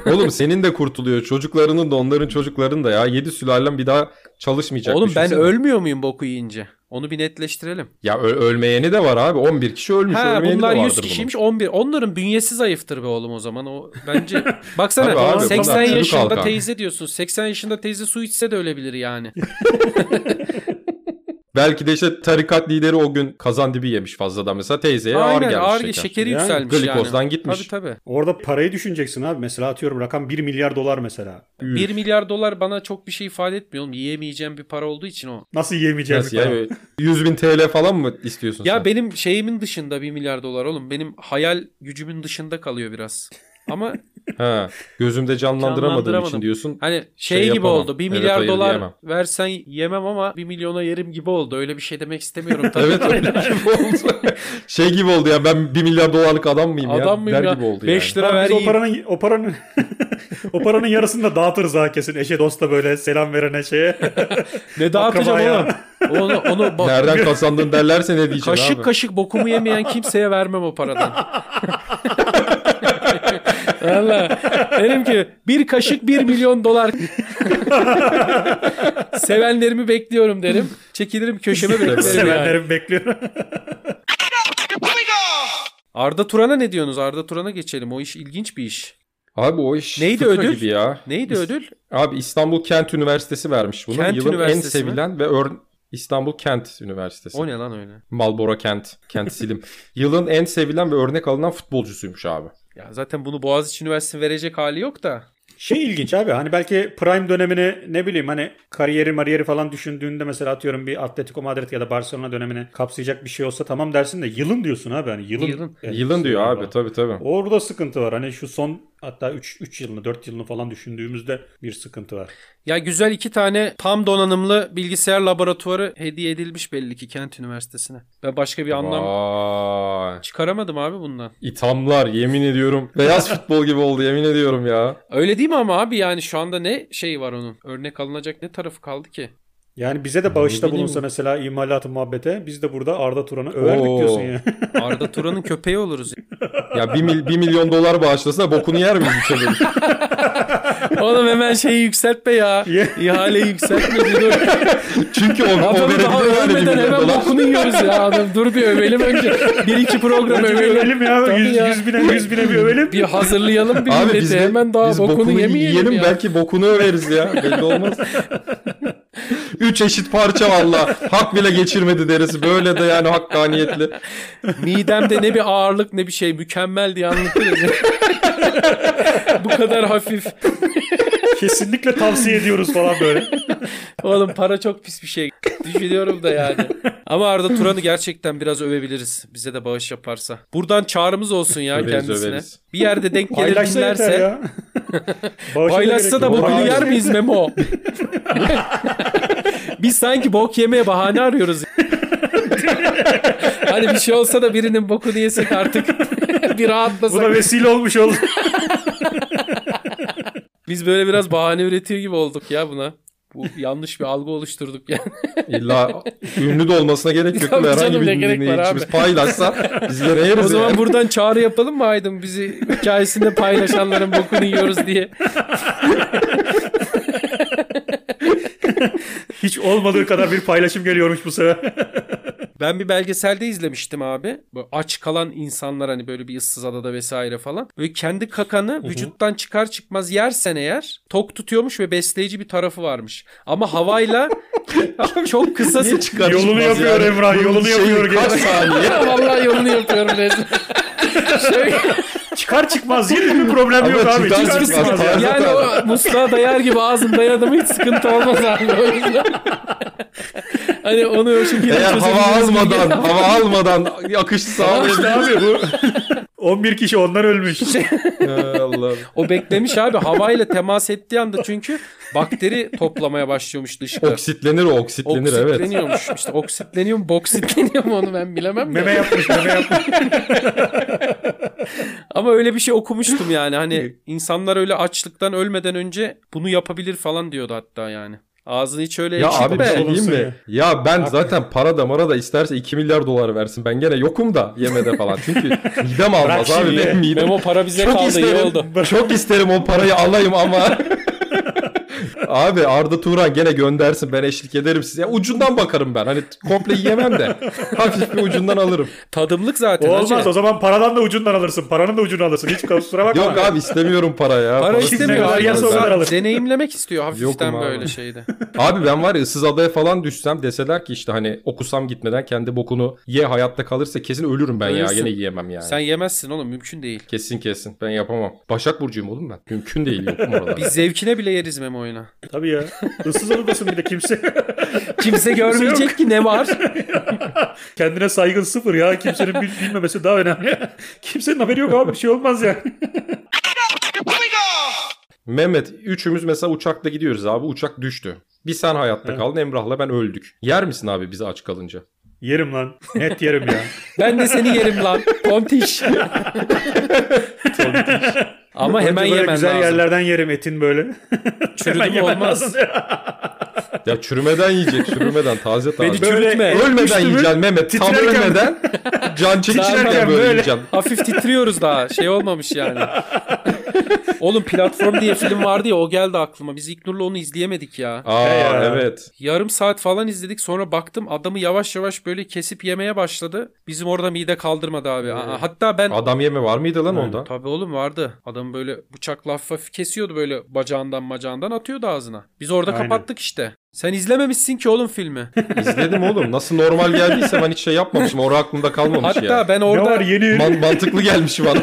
Speaker 1: Oğlum senin de kurtuluyor. Çocuklarının da onların çocuklarının da ya. Yedi sülalem bir daha çalışmayacak. şey.
Speaker 3: oğlum ben
Speaker 1: düşünsene.
Speaker 3: ölmüyor muyum boku yiyince? Onu bir netleştirelim.
Speaker 1: Ya ö- ölmeyeni de var abi. 11 kişi ölmüş.
Speaker 3: Ha
Speaker 1: ölmeyeni
Speaker 3: bunlar
Speaker 1: şey de
Speaker 3: 100
Speaker 1: vardır bunun.
Speaker 3: kişiymiş 11. Onların bünyesi zayıftır be oğlum o zaman. O bence baksana
Speaker 1: Tabii abi, bunlar
Speaker 3: 80
Speaker 1: çürük
Speaker 3: yaşında
Speaker 1: halka.
Speaker 3: teyze diyorsun. 80 yaşında teyze su içse de ölebilir yani.
Speaker 1: Belki de işte tarikat lideri o gün kazandibi yemiş fazladan. Mesela teyzeye ağır
Speaker 3: Aynen
Speaker 1: gelmiş
Speaker 3: ağır
Speaker 1: şeker.
Speaker 3: şekeri
Speaker 2: Yani
Speaker 3: yükselmiş yani.
Speaker 1: glikozdan gitmiş.
Speaker 3: Tabii tabii.
Speaker 2: Orada parayı düşüneceksin abi. Mesela atıyorum rakam 1 milyar dolar mesela.
Speaker 3: 1 milyar dolar bana çok bir şey ifade etmiyor oğlum. Yiyemeyeceğim bir para olduğu için o.
Speaker 2: Nasıl yiyemeyeceğim
Speaker 1: Nasıl
Speaker 2: bir
Speaker 1: *laughs*
Speaker 2: para?
Speaker 1: yani? 100 bin TL falan mı istiyorsun
Speaker 3: Ya
Speaker 1: sen?
Speaker 3: benim şeyimin dışında 1 milyar dolar oğlum. Benim hayal gücümün dışında kalıyor biraz.
Speaker 1: *laughs*
Speaker 3: Ama
Speaker 1: Ha, gözümde canlandıramadığım
Speaker 3: Canlandıramadım.
Speaker 1: için diyorsun.
Speaker 3: hani şey,
Speaker 1: Şey
Speaker 3: gibi
Speaker 1: yapamam.
Speaker 3: oldu. 1
Speaker 1: Evet,
Speaker 3: milyar
Speaker 1: hayır
Speaker 3: dolar
Speaker 1: diyemem.
Speaker 3: versen yemem ama 1 milyona yerim gibi oldu. Öyle bir şey demek istemiyorum.
Speaker 1: *laughs*
Speaker 3: tabii.
Speaker 1: Evet öyle gibi oldu.
Speaker 3: *laughs*
Speaker 1: şey gibi oldu ya ben 1 milyar dolarlık adam mıyım ya?
Speaker 3: Adam mıyım
Speaker 1: Der
Speaker 3: ya?
Speaker 1: gibi oldu
Speaker 3: 5
Speaker 1: yani.
Speaker 3: lira
Speaker 2: Abi
Speaker 3: ver
Speaker 2: biz o
Speaker 3: yiyeyim.
Speaker 2: paranın o paranın *laughs* o paranın yarısını da dağıtırız ha kesin. Eşe dosta böyle selam verene şeye. *laughs*
Speaker 3: Ne dağıtacağım
Speaker 2: Akrabaya.
Speaker 1: *laughs*
Speaker 3: oğlum? Onu, onu bak-
Speaker 1: Nereden kazandın derlerse ne diyeceksin
Speaker 3: kaşık
Speaker 1: abi?
Speaker 3: kaşık bokumu yemeyen kimseye vermem o paradan. Valla derim ki bir kaşık 1 milyon dolar. Sevenlerimi bekliyorum derim. Çekilirim köşeme beklerim. yani.
Speaker 2: Sevenlerim bekliyor.
Speaker 3: Arda Turan'a ne diyorsunuz? Arda Turan'a geçelim. O iş ilginç bir iş.
Speaker 1: Abi o iş
Speaker 3: Neydi
Speaker 1: fıkra
Speaker 3: ödül?
Speaker 1: gibi ya.
Speaker 3: Neydi ödül?
Speaker 1: Abi İstanbul Kent Üniversitesi vermiş bunu.
Speaker 3: Kent
Speaker 1: Yılın en
Speaker 3: Üniversitesi mi?
Speaker 1: sevilen ve ör... İstanbul Kent Üniversitesi.
Speaker 3: O ne lan öyle?
Speaker 1: Malboro Kent. Kent
Speaker 3: *laughs*
Speaker 1: Silim. Yılın en sevilen ve örnek alınan futbolcusuymuş abi.
Speaker 3: Ya zaten bunu Boğaziçi Üniversitesi verecek hali yok da.
Speaker 2: Şey ilginç abi hani belki prime dönemini ne bileyim hani kariyeri mariyeri falan düşündüğünde mesela atıyorum bir Atletico Madrid ya da Barcelona dönemini kapsayacak bir şey olsa tamam dersin de yılın diyorsun abi hani yılın.
Speaker 3: Yılın.
Speaker 2: Evet,
Speaker 1: Yılın diyor
Speaker 2: yılın
Speaker 1: abi
Speaker 2: var.
Speaker 1: tabii tabii.
Speaker 2: Orada sıkıntı var hani şu son hatta 3, 3 yılını 4 yılını falan düşündüğümüzde bir sıkıntı var.
Speaker 3: Ya güzel iki tane tam donanımlı bilgisayar laboratuvarı hediye edilmiş belli ki Kent Üniversitesi'ne. Ben başka bir anlam
Speaker 1: Vay.
Speaker 3: çıkaramadım abi bundan.
Speaker 1: İthamlar yemin ediyorum. Beyaz futbol gibi oldu yemin ediyorum ya.
Speaker 3: Öyle değil mi ama abi yani şu anda ne şey var onun? Örnek alınacak ne tarafı kaldı ki?
Speaker 2: Yani bize de bağışta
Speaker 1: bileyim.
Speaker 2: bulunsa mesela imalatı muhabbete biz de burada Arda Turan'ı överdik
Speaker 1: Oo.
Speaker 2: diyorsun
Speaker 3: *laughs*
Speaker 2: ya.
Speaker 3: Arda Turan'ın köpeği oluruz.
Speaker 1: Ya 1, milyon dolar bağışlasa bokunu yer mi bu çocuğun?
Speaker 3: *laughs* Oğlum hemen şeyi yükseltme ya. İhaleyi yükseltme dur.
Speaker 1: Çünkü o, o
Speaker 3: Adamı daha
Speaker 1: verebilir yani 1
Speaker 3: övmeden
Speaker 1: milyon
Speaker 3: hemen
Speaker 1: dolar.
Speaker 3: bokunu yiyoruz ya. Adam, dur bir övelim önce. Bir iki program
Speaker 2: Önce bir
Speaker 3: övelim.
Speaker 2: övelim ya.
Speaker 3: Tabii
Speaker 2: Yüz,
Speaker 3: ya.
Speaker 2: yüz bine, yüz bine bir övelim.
Speaker 3: Bir hazırlayalım bir
Speaker 1: Abi
Speaker 3: milleti.
Speaker 1: biz, de-
Speaker 3: hemen daha
Speaker 1: biz
Speaker 3: bokunu, yemeyelim ya.
Speaker 1: belki bokunu överiz ya. Belli
Speaker 3: *laughs*
Speaker 1: olmaz. Üç eşit parça valla. Hak bile geçirmedi derisi. Böyle de yani hakkaniyetli.
Speaker 3: Midemde ne bir ağırlık ne bir şey mükemmel diye anlatırız. Bu kadar hafif.
Speaker 2: Kesinlikle tavsiye ediyoruz falan böyle.
Speaker 3: Oğlum para çok pis bir şey. Düşünüyorum
Speaker 1: *laughs*
Speaker 3: da yani. Ama Arda Turan'ı gerçekten biraz övebiliriz. Bize de bağış yaparsa. Buradan çağrımız olsun ya
Speaker 1: Överiz,
Speaker 3: kendisine.
Speaker 1: överiz.
Speaker 3: Bir yerde denk gelir
Speaker 2: Paylaşsa yeter
Speaker 3: dinlerse. *laughs*
Speaker 2: ya. Bağışa gerek
Speaker 3: Paylaşsa
Speaker 2: yok.
Speaker 3: da
Speaker 1: Doğru
Speaker 3: bokunu
Speaker 1: abi.
Speaker 3: yer
Speaker 2: *laughs*
Speaker 3: miyiz Memo? Biz sanki bok yemeye
Speaker 2: *laughs*
Speaker 3: bahane arıyoruz. hani bir şey olsa da birinin bokunu yesek artık *laughs* bir rahatlasak.
Speaker 2: Bu da vesile olmuş oldu. *laughs*
Speaker 3: Biz böyle biraz bahane üretiyor gibi olduk ya buna. Bu yanlış bir algı oluşturduk yani.
Speaker 1: İlla ünlü de olmasına gerek
Speaker 3: *laughs*
Speaker 1: yok.
Speaker 3: Tabii
Speaker 1: Herhangi
Speaker 3: canım,
Speaker 1: bir
Speaker 3: ne gerek var
Speaker 1: dinleyicimiz
Speaker 3: abi?
Speaker 1: paylaşsa bizlere yeriz.
Speaker 3: o zaman
Speaker 1: yani. *laughs*
Speaker 3: buradan çağrı yapalım mı Aydın? Bizi hikayesinde paylaşanların bokunu yiyoruz diye.
Speaker 2: Hiç olmadığı kadar bir paylaşım geliyormuş bu sefer. *laughs*
Speaker 3: Ben bir belgeselde izlemiştim abi. Böyle aç kalan insanlar hani böyle bir ıssız adada vesaire falan. Böyle kendi kakanı vücuttan çıkar çıkmaz yersen eğer tok tutuyormuş ve besleyici bir tarafı varmış. Ama havayla çok kısa
Speaker 1: Çıkar
Speaker 2: Yolunu
Speaker 1: çıkmaz
Speaker 2: yapıyor Emrah,
Speaker 1: Bunun
Speaker 2: yolunu
Speaker 1: şeyi
Speaker 2: yapıyor
Speaker 1: Kaç
Speaker 2: gene.
Speaker 1: saniye?
Speaker 3: *laughs*
Speaker 2: *laughs*
Speaker 3: Vallahi yolunu yapıyorum resmen. Şey- Şöyle-
Speaker 2: Çıkar çıkmaz yine bir problem yok
Speaker 1: Ama
Speaker 2: abi.
Speaker 1: çıkar
Speaker 2: Çıkar
Speaker 1: çıkmaz.
Speaker 2: çıkmaz. ya.
Speaker 1: Tarzı-
Speaker 3: yani o musluğa dayar gibi ağzım dayadım hiç sıkıntı olmaz abi. O yüzden. hani onu o şekilde
Speaker 1: Eğer hava
Speaker 3: çözebiliriz.
Speaker 1: almadan, hava almadan
Speaker 3: *laughs*
Speaker 1: akışı sağlayabilir.
Speaker 2: İşte abi bu 11 kişi ondan ölmüş.
Speaker 3: Şey. Ee,
Speaker 1: Allah'ım.
Speaker 3: O beklemiş abi havayla temas ettiği anda çünkü bakteri toplamaya başlıyormuş dışkı.
Speaker 1: Oksitlenir o oksitlenir evet.
Speaker 3: Oksitleniyormuş. İşte oksitleniyor mu, boksitleniyor mu onu ben bilemem
Speaker 2: meme
Speaker 3: de.
Speaker 2: yapmış, meme yapmış.
Speaker 3: Ama öyle bir şey okumuştum yani. Hani insanlar öyle açlıktan ölmeden önce bunu yapabilir falan diyordu hatta yani. Ağzını hiç öyle
Speaker 1: Ya
Speaker 3: açık
Speaker 1: abi bir
Speaker 3: be.
Speaker 1: şey diyeyim
Speaker 2: olursun
Speaker 1: mi? Ya ben zaten para da mara da isterse 2 milyar dolar versin. Ben gene yokum da yemede falan.
Speaker 3: *laughs*
Speaker 1: Çünkü midem almaz
Speaker 2: şimdi
Speaker 1: abi.
Speaker 2: ye.
Speaker 1: Benim midem
Speaker 3: Memo para bize
Speaker 1: çok
Speaker 3: kaldı iyi
Speaker 1: isterim.
Speaker 3: oldu.
Speaker 1: *laughs* Çok isterim o parayı alayım
Speaker 3: *laughs*
Speaker 1: ama. Abi Arda Turan gene göndersin ben eşlik ederim size. Ucundan bakarım ben. Hani komple yiyemem
Speaker 3: *laughs*
Speaker 1: de. Hafif bir ucundan alırım.
Speaker 3: Tadımlık zaten.
Speaker 2: O olmaz.
Speaker 3: hacı.
Speaker 1: Yok abi istemiyorum para ya.
Speaker 3: Para
Speaker 1: Parası-
Speaker 3: istemiyor.
Speaker 2: kadar
Speaker 3: abi.
Speaker 2: yasa o kadar alır.
Speaker 3: Deneyimlemek istiyor hafiften
Speaker 1: Yokum abi.
Speaker 2: *laughs*
Speaker 3: böyle şeyde.
Speaker 1: Abi ben var ya ıssız adaya falan düşsem deseler ki işte hani okusam gitmeden kendi bokunu ye hayatta kalırsa kesin ölürüm ben
Speaker 3: Ölürsün.
Speaker 1: ya. Gene yiyemem yani.
Speaker 3: Sen yemezsin oğlum mümkün değil.
Speaker 1: Kesin kesin. Ben yapamam. Başak Burcu'yum oğlum ben. Mümkün değil. Yokum oralarda.
Speaker 3: Biz zevkine bile yeriz memo oyuna.
Speaker 2: Tabii ya. Issız adadasın bir de kimse. *laughs*
Speaker 3: Kimse görmeyecek ki ne var.
Speaker 2: Kendine saygın *laughs* sıfır ya. Kimsenin bil- bilmemesi daha önemli. Kimsenin haberi yok abi. Bir şey olmaz yani.
Speaker 1: Mehmet üçümüz mesela uçakta gidiyoruz abi uçak düştü. Bir sen hayatta
Speaker 2: Evet.
Speaker 1: kaldın Emrah'la ben öldük. Yer misin abi bizi aç kalınca?
Speaker 2: Yerim lan. Net yerim ya.
Speaker 3: Ben de seni yerim lan. Tontiş. Ama
Speaker 2: Önce
Speaker 3: hemen
Speaker 2: böyle
Speaker 3: yemen
Speaker 2: güzel
Speaker 3: lazım.
Speaker 2: yerlerden yerim etin *laughs* böyle.
Speaker 3: Çürüdü mü
Speaker 2: yemen
Speaker 3: olmaz.
Speaker 2: lazım.
Speaker 1: Ya çürümeden yiyecek çürümeden taze taze.
Speaker 3: Beni
Speaker 1: Böyle
Speaker 3: çürütme.
Speaker 1: Ölmeden
Speaker 2: Üstümü
Speaker 1: yiyeceksin Mehmet. Tam
Speaker 2: titrerken-
Speaker 1: ölmeden can çekişirken
Speaker 2: Titrerken
Speaker 1: böyle
Speaker 2: böyle.
Speaker 1: yiyeceksin.
Speaker 3: Hafif titriyoruz daha. Şey olmamış yani.
Speaker 2: *laughs*
Speaker 3: Oğlum platform diye film vardı ya o geldi aklıma. Biz İknur'la onu izleyemedik ya.
Speaker 1: Aa
Speaker 2: He ya.
Speaker 1: evet.
Speaker 3: Yarım saat falan izledik sonra baktım adamı yavaş yavaş böyle kesip yemeye başladı. Bizim orada mide kaldırmadı abi. Aa, Hatta ben
Speaker 1: Adam yeme var mıydı lan onda?
Speaker 3: Tabii oğlum vardı. Adam böyle bıçakla hafif kesiyordu böyle bacağından macağından atıyordu ağzına. Biz orada
Speaker 2: Aynen.
Speaker 3: kapattık işte. Sen izlememişsin ki oğlum filmi.
Speaker 1: İzledim oğlum. Nasıl normal geldiyse ben hiç şey yapmamışım. Orada aklımda kalmamış
Speaker 3: Hatta
Speaker 1: ya.
Speaker 3: ben
Speaker 2: Ne
Speaker 3: orada
Speaker 2: var yeni
Speaker 1: Man- mantıklı gelmiş bana.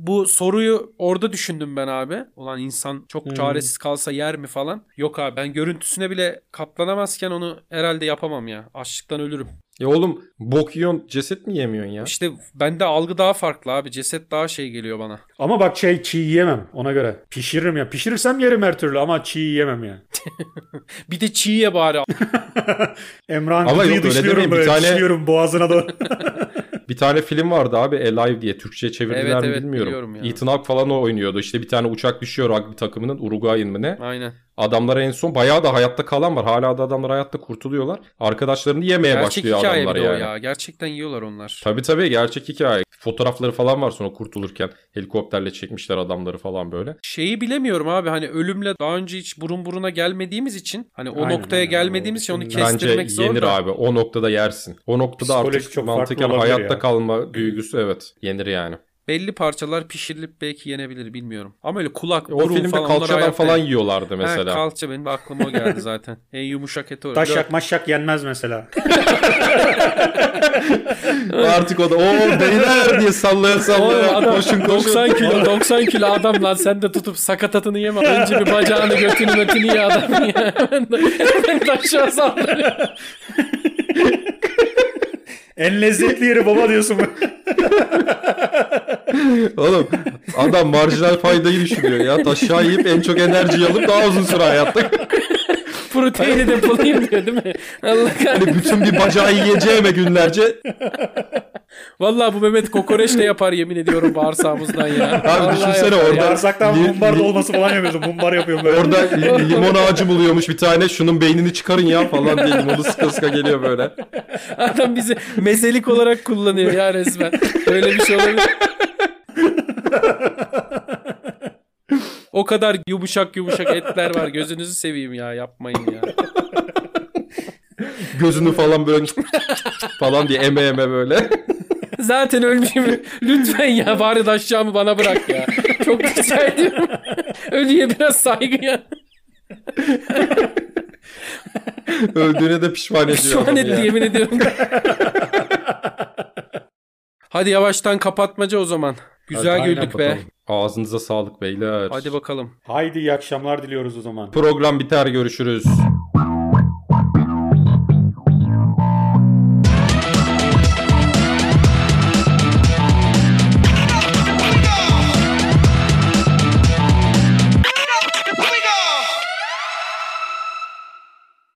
Speaker 3: bu soruyu orada düşündüm ben abi. Ulan insan çok çaresiz kalsa yer mi falan. Yok abi ben görüntüsüne bile katlanamazken onu herhalde yapamam ya. Açlıktan ölürüm.
Speaker 1: Ya oğlum bok yiyorsun ceset mi yemiyorsun ya?
Speaker 3: İşte bende algı daha farklı abi. Ceset daha şey geliyor bana.
Speaker 2: Ama bak şey çiğ yiyemem ona göre. Pişiririm ya. Pişirirsem yerim her türlü ama çiğ yiyemem ya.
Speaker 3: Bir de çiğ ye bari.
Speaker 2: Emrah'ın
Speaker 1: Ama
Speaker 2: kıtıyı
Speaker 1: yok, öyle demeyin.
Speaker 2: dışlıyorum
Speaker 1: Bir
Speaker 2: böyle.
Speaker 1: tane-
Speaker 2: Dışlıyorum
Speaker 1: *laughs*
Speaker 2: boğazına doğru.
Speaker 1: Bir tane film vardı abi Alive diye Türkçe'ye çevirdiler
Speaker 3: Evet,
Speaker 1: mi
Speaker 3: evet, biliyorum
Speaker 1: bilmiyorum.
Speaker 3: ya.
Speaker 1: Ethan Hawke falan o oynuyordu. İşte bir tane uçak düşüyor rugby takımının Uruguay'ın mı ne?
Speaker 3: Aynen.
Speaker 1: Adamlara en son bayağı da hayatta kalan var. Hala da adamlar hayatta kurtuluyorlar. Arkadaşlarını yemeye
Speaker 3: Gerçek
Speaker 1: başlıyor
Speaker 3: hikaye bir
Speaker 1: adamlar
Speaker 3: de o
Speaker 1: yani.
Speaker 3: ya. Gerçekten yiyorlar onlar.
Speaker 1: Tabii tabii gerçek hikaye. Fotoğrafları falan var sonra kurtulurken. Helikopterle çekmişler adamları falan böyle.
Speaker 3: Şeyi bilemiyorum abi hani ölümle daha önce hiç burun buruna gelmediğimiz için hani o
Speaker 2: Aynen,
Speaker 3: noktaya
Speaker 2: aynen.
Speaker 3: gelmediğimiz için
Speaker 2: O
Speaker 3: onu
Speaker 2: şimdi
Speaker 1: Bence
Speaker 3: kestirmek zor
Speaker 1: yenir
Speaker 3: da.
Speaker 1: abi. O noktada yersin. O noktada
Speaker 2: Psikoloji
Speaker 1: artık
Speaker 2: çok farklı
Speaker 1: mantıken
Speaker 2: olabilir
Speaker 1: hayatta
Speaker 2: ya.
Speaker 1: kalma duygusu evet yenir yani.
Speaker 3: Belli parçalar pişirilip belki yenebilir bilmiyorum. Ama öyle kulak,
Speaker 1: E, O
Speaker 3: burun
Speaker 1: filmde
Speaker 3: falan onlar
Speaker 1: kalçadan
Speaker 3: hayatta-
Speaker 1: falan yiyorlardı mesela.
Speaker 3: Ha, kalça benim de aklıma o geldi zaten. *laughs* en yumuşak eti o.
Speaker 2: Taşak maşak yenmez mesela.
Speaker 1: Artık o da o beyler diye sallaya
Speaker 3: Oğlum
Speaker 1: sallaya
Speaker 3: adam
Speaker 1: koşun koşun.
Speaker 3: 90 kilo 90 kilo adam lan sen de tutup sakatatını yeme. Önce bir bacağını götünü götünü ye *laughs* adam ya. Hemen de, hemen de aşağı sallıyor.
Speaker 2: En lezzetli yeri baba diyorsun.
Speaker 1: Oğlum adam marjinal faydayı düşünüyor ya. Taşağı yiyip en çok enerji alıp daha uzun süre hayatta.
Speaker 3: Proteini de bulayım diyor değil mi? Allah kahretsin.
Speaker 1: Hani bütün bir bacağı yiyeceğime günlerce.
Speaker 3: Vallahi bu Mehmet kokoreç de yapar yemin ediyorum bağırsağımızdan ya.
Speaker 1: Abi düşünsene
Speaker 3: yapar
Speaker 1: orada.
Speaker 2: Bağırsaktan
Speaker 1: Li-
Speaker 2: mumbar
Speaker 1: li-
Speaker 2: dolması falan yapıyorsun. Mumbar yapıyorum böyle.
Speaker 1: Orada li- limon ağacı buluyormuş bir tane. Şunun beynini çıkarın ya falan diye limonu sıka sıka geliyor böyle.
Speaker 3: Adam bizi mezelik olarak kullanıyor ya resmen. Öyle bir şey olabilir. O kadar yumuşak yumuşak etler var. Gözünüzü seveyim ya yapmayın ya.
Speaker 1: Gözünü falan böyle *laughs* falan diye eme eme böyle. *laughs*
Speaker 3: Zaten ölmüşüm. Lütfen ya bari de aşağımı bana bırak ya. Çok rica ediyorum. Ölüye biraz saygı ya.
Speaker 1: Öldüğüne de pişman ediyor.
Speaker 3: Pişman
Speaker 1: adamı
Speaker 3: etti
Speaker 1: ya.
Speaker 2: *laughs*
Speaker 3: yemin ediyorum. Hadi yavaştan kapatmaca o zaman. Güzel
Speaker 2: Hadi, aynen
Speaker 3: güldük be.
Speaker 1: Bakalım. Ağzınıza sağlık beyler.
Speaker 3: Hadi bakalım.
Speaker 2: Haydi iyi akşamlar diliyoruz o zaman.
Speaker 1: Program biter görüşürüz.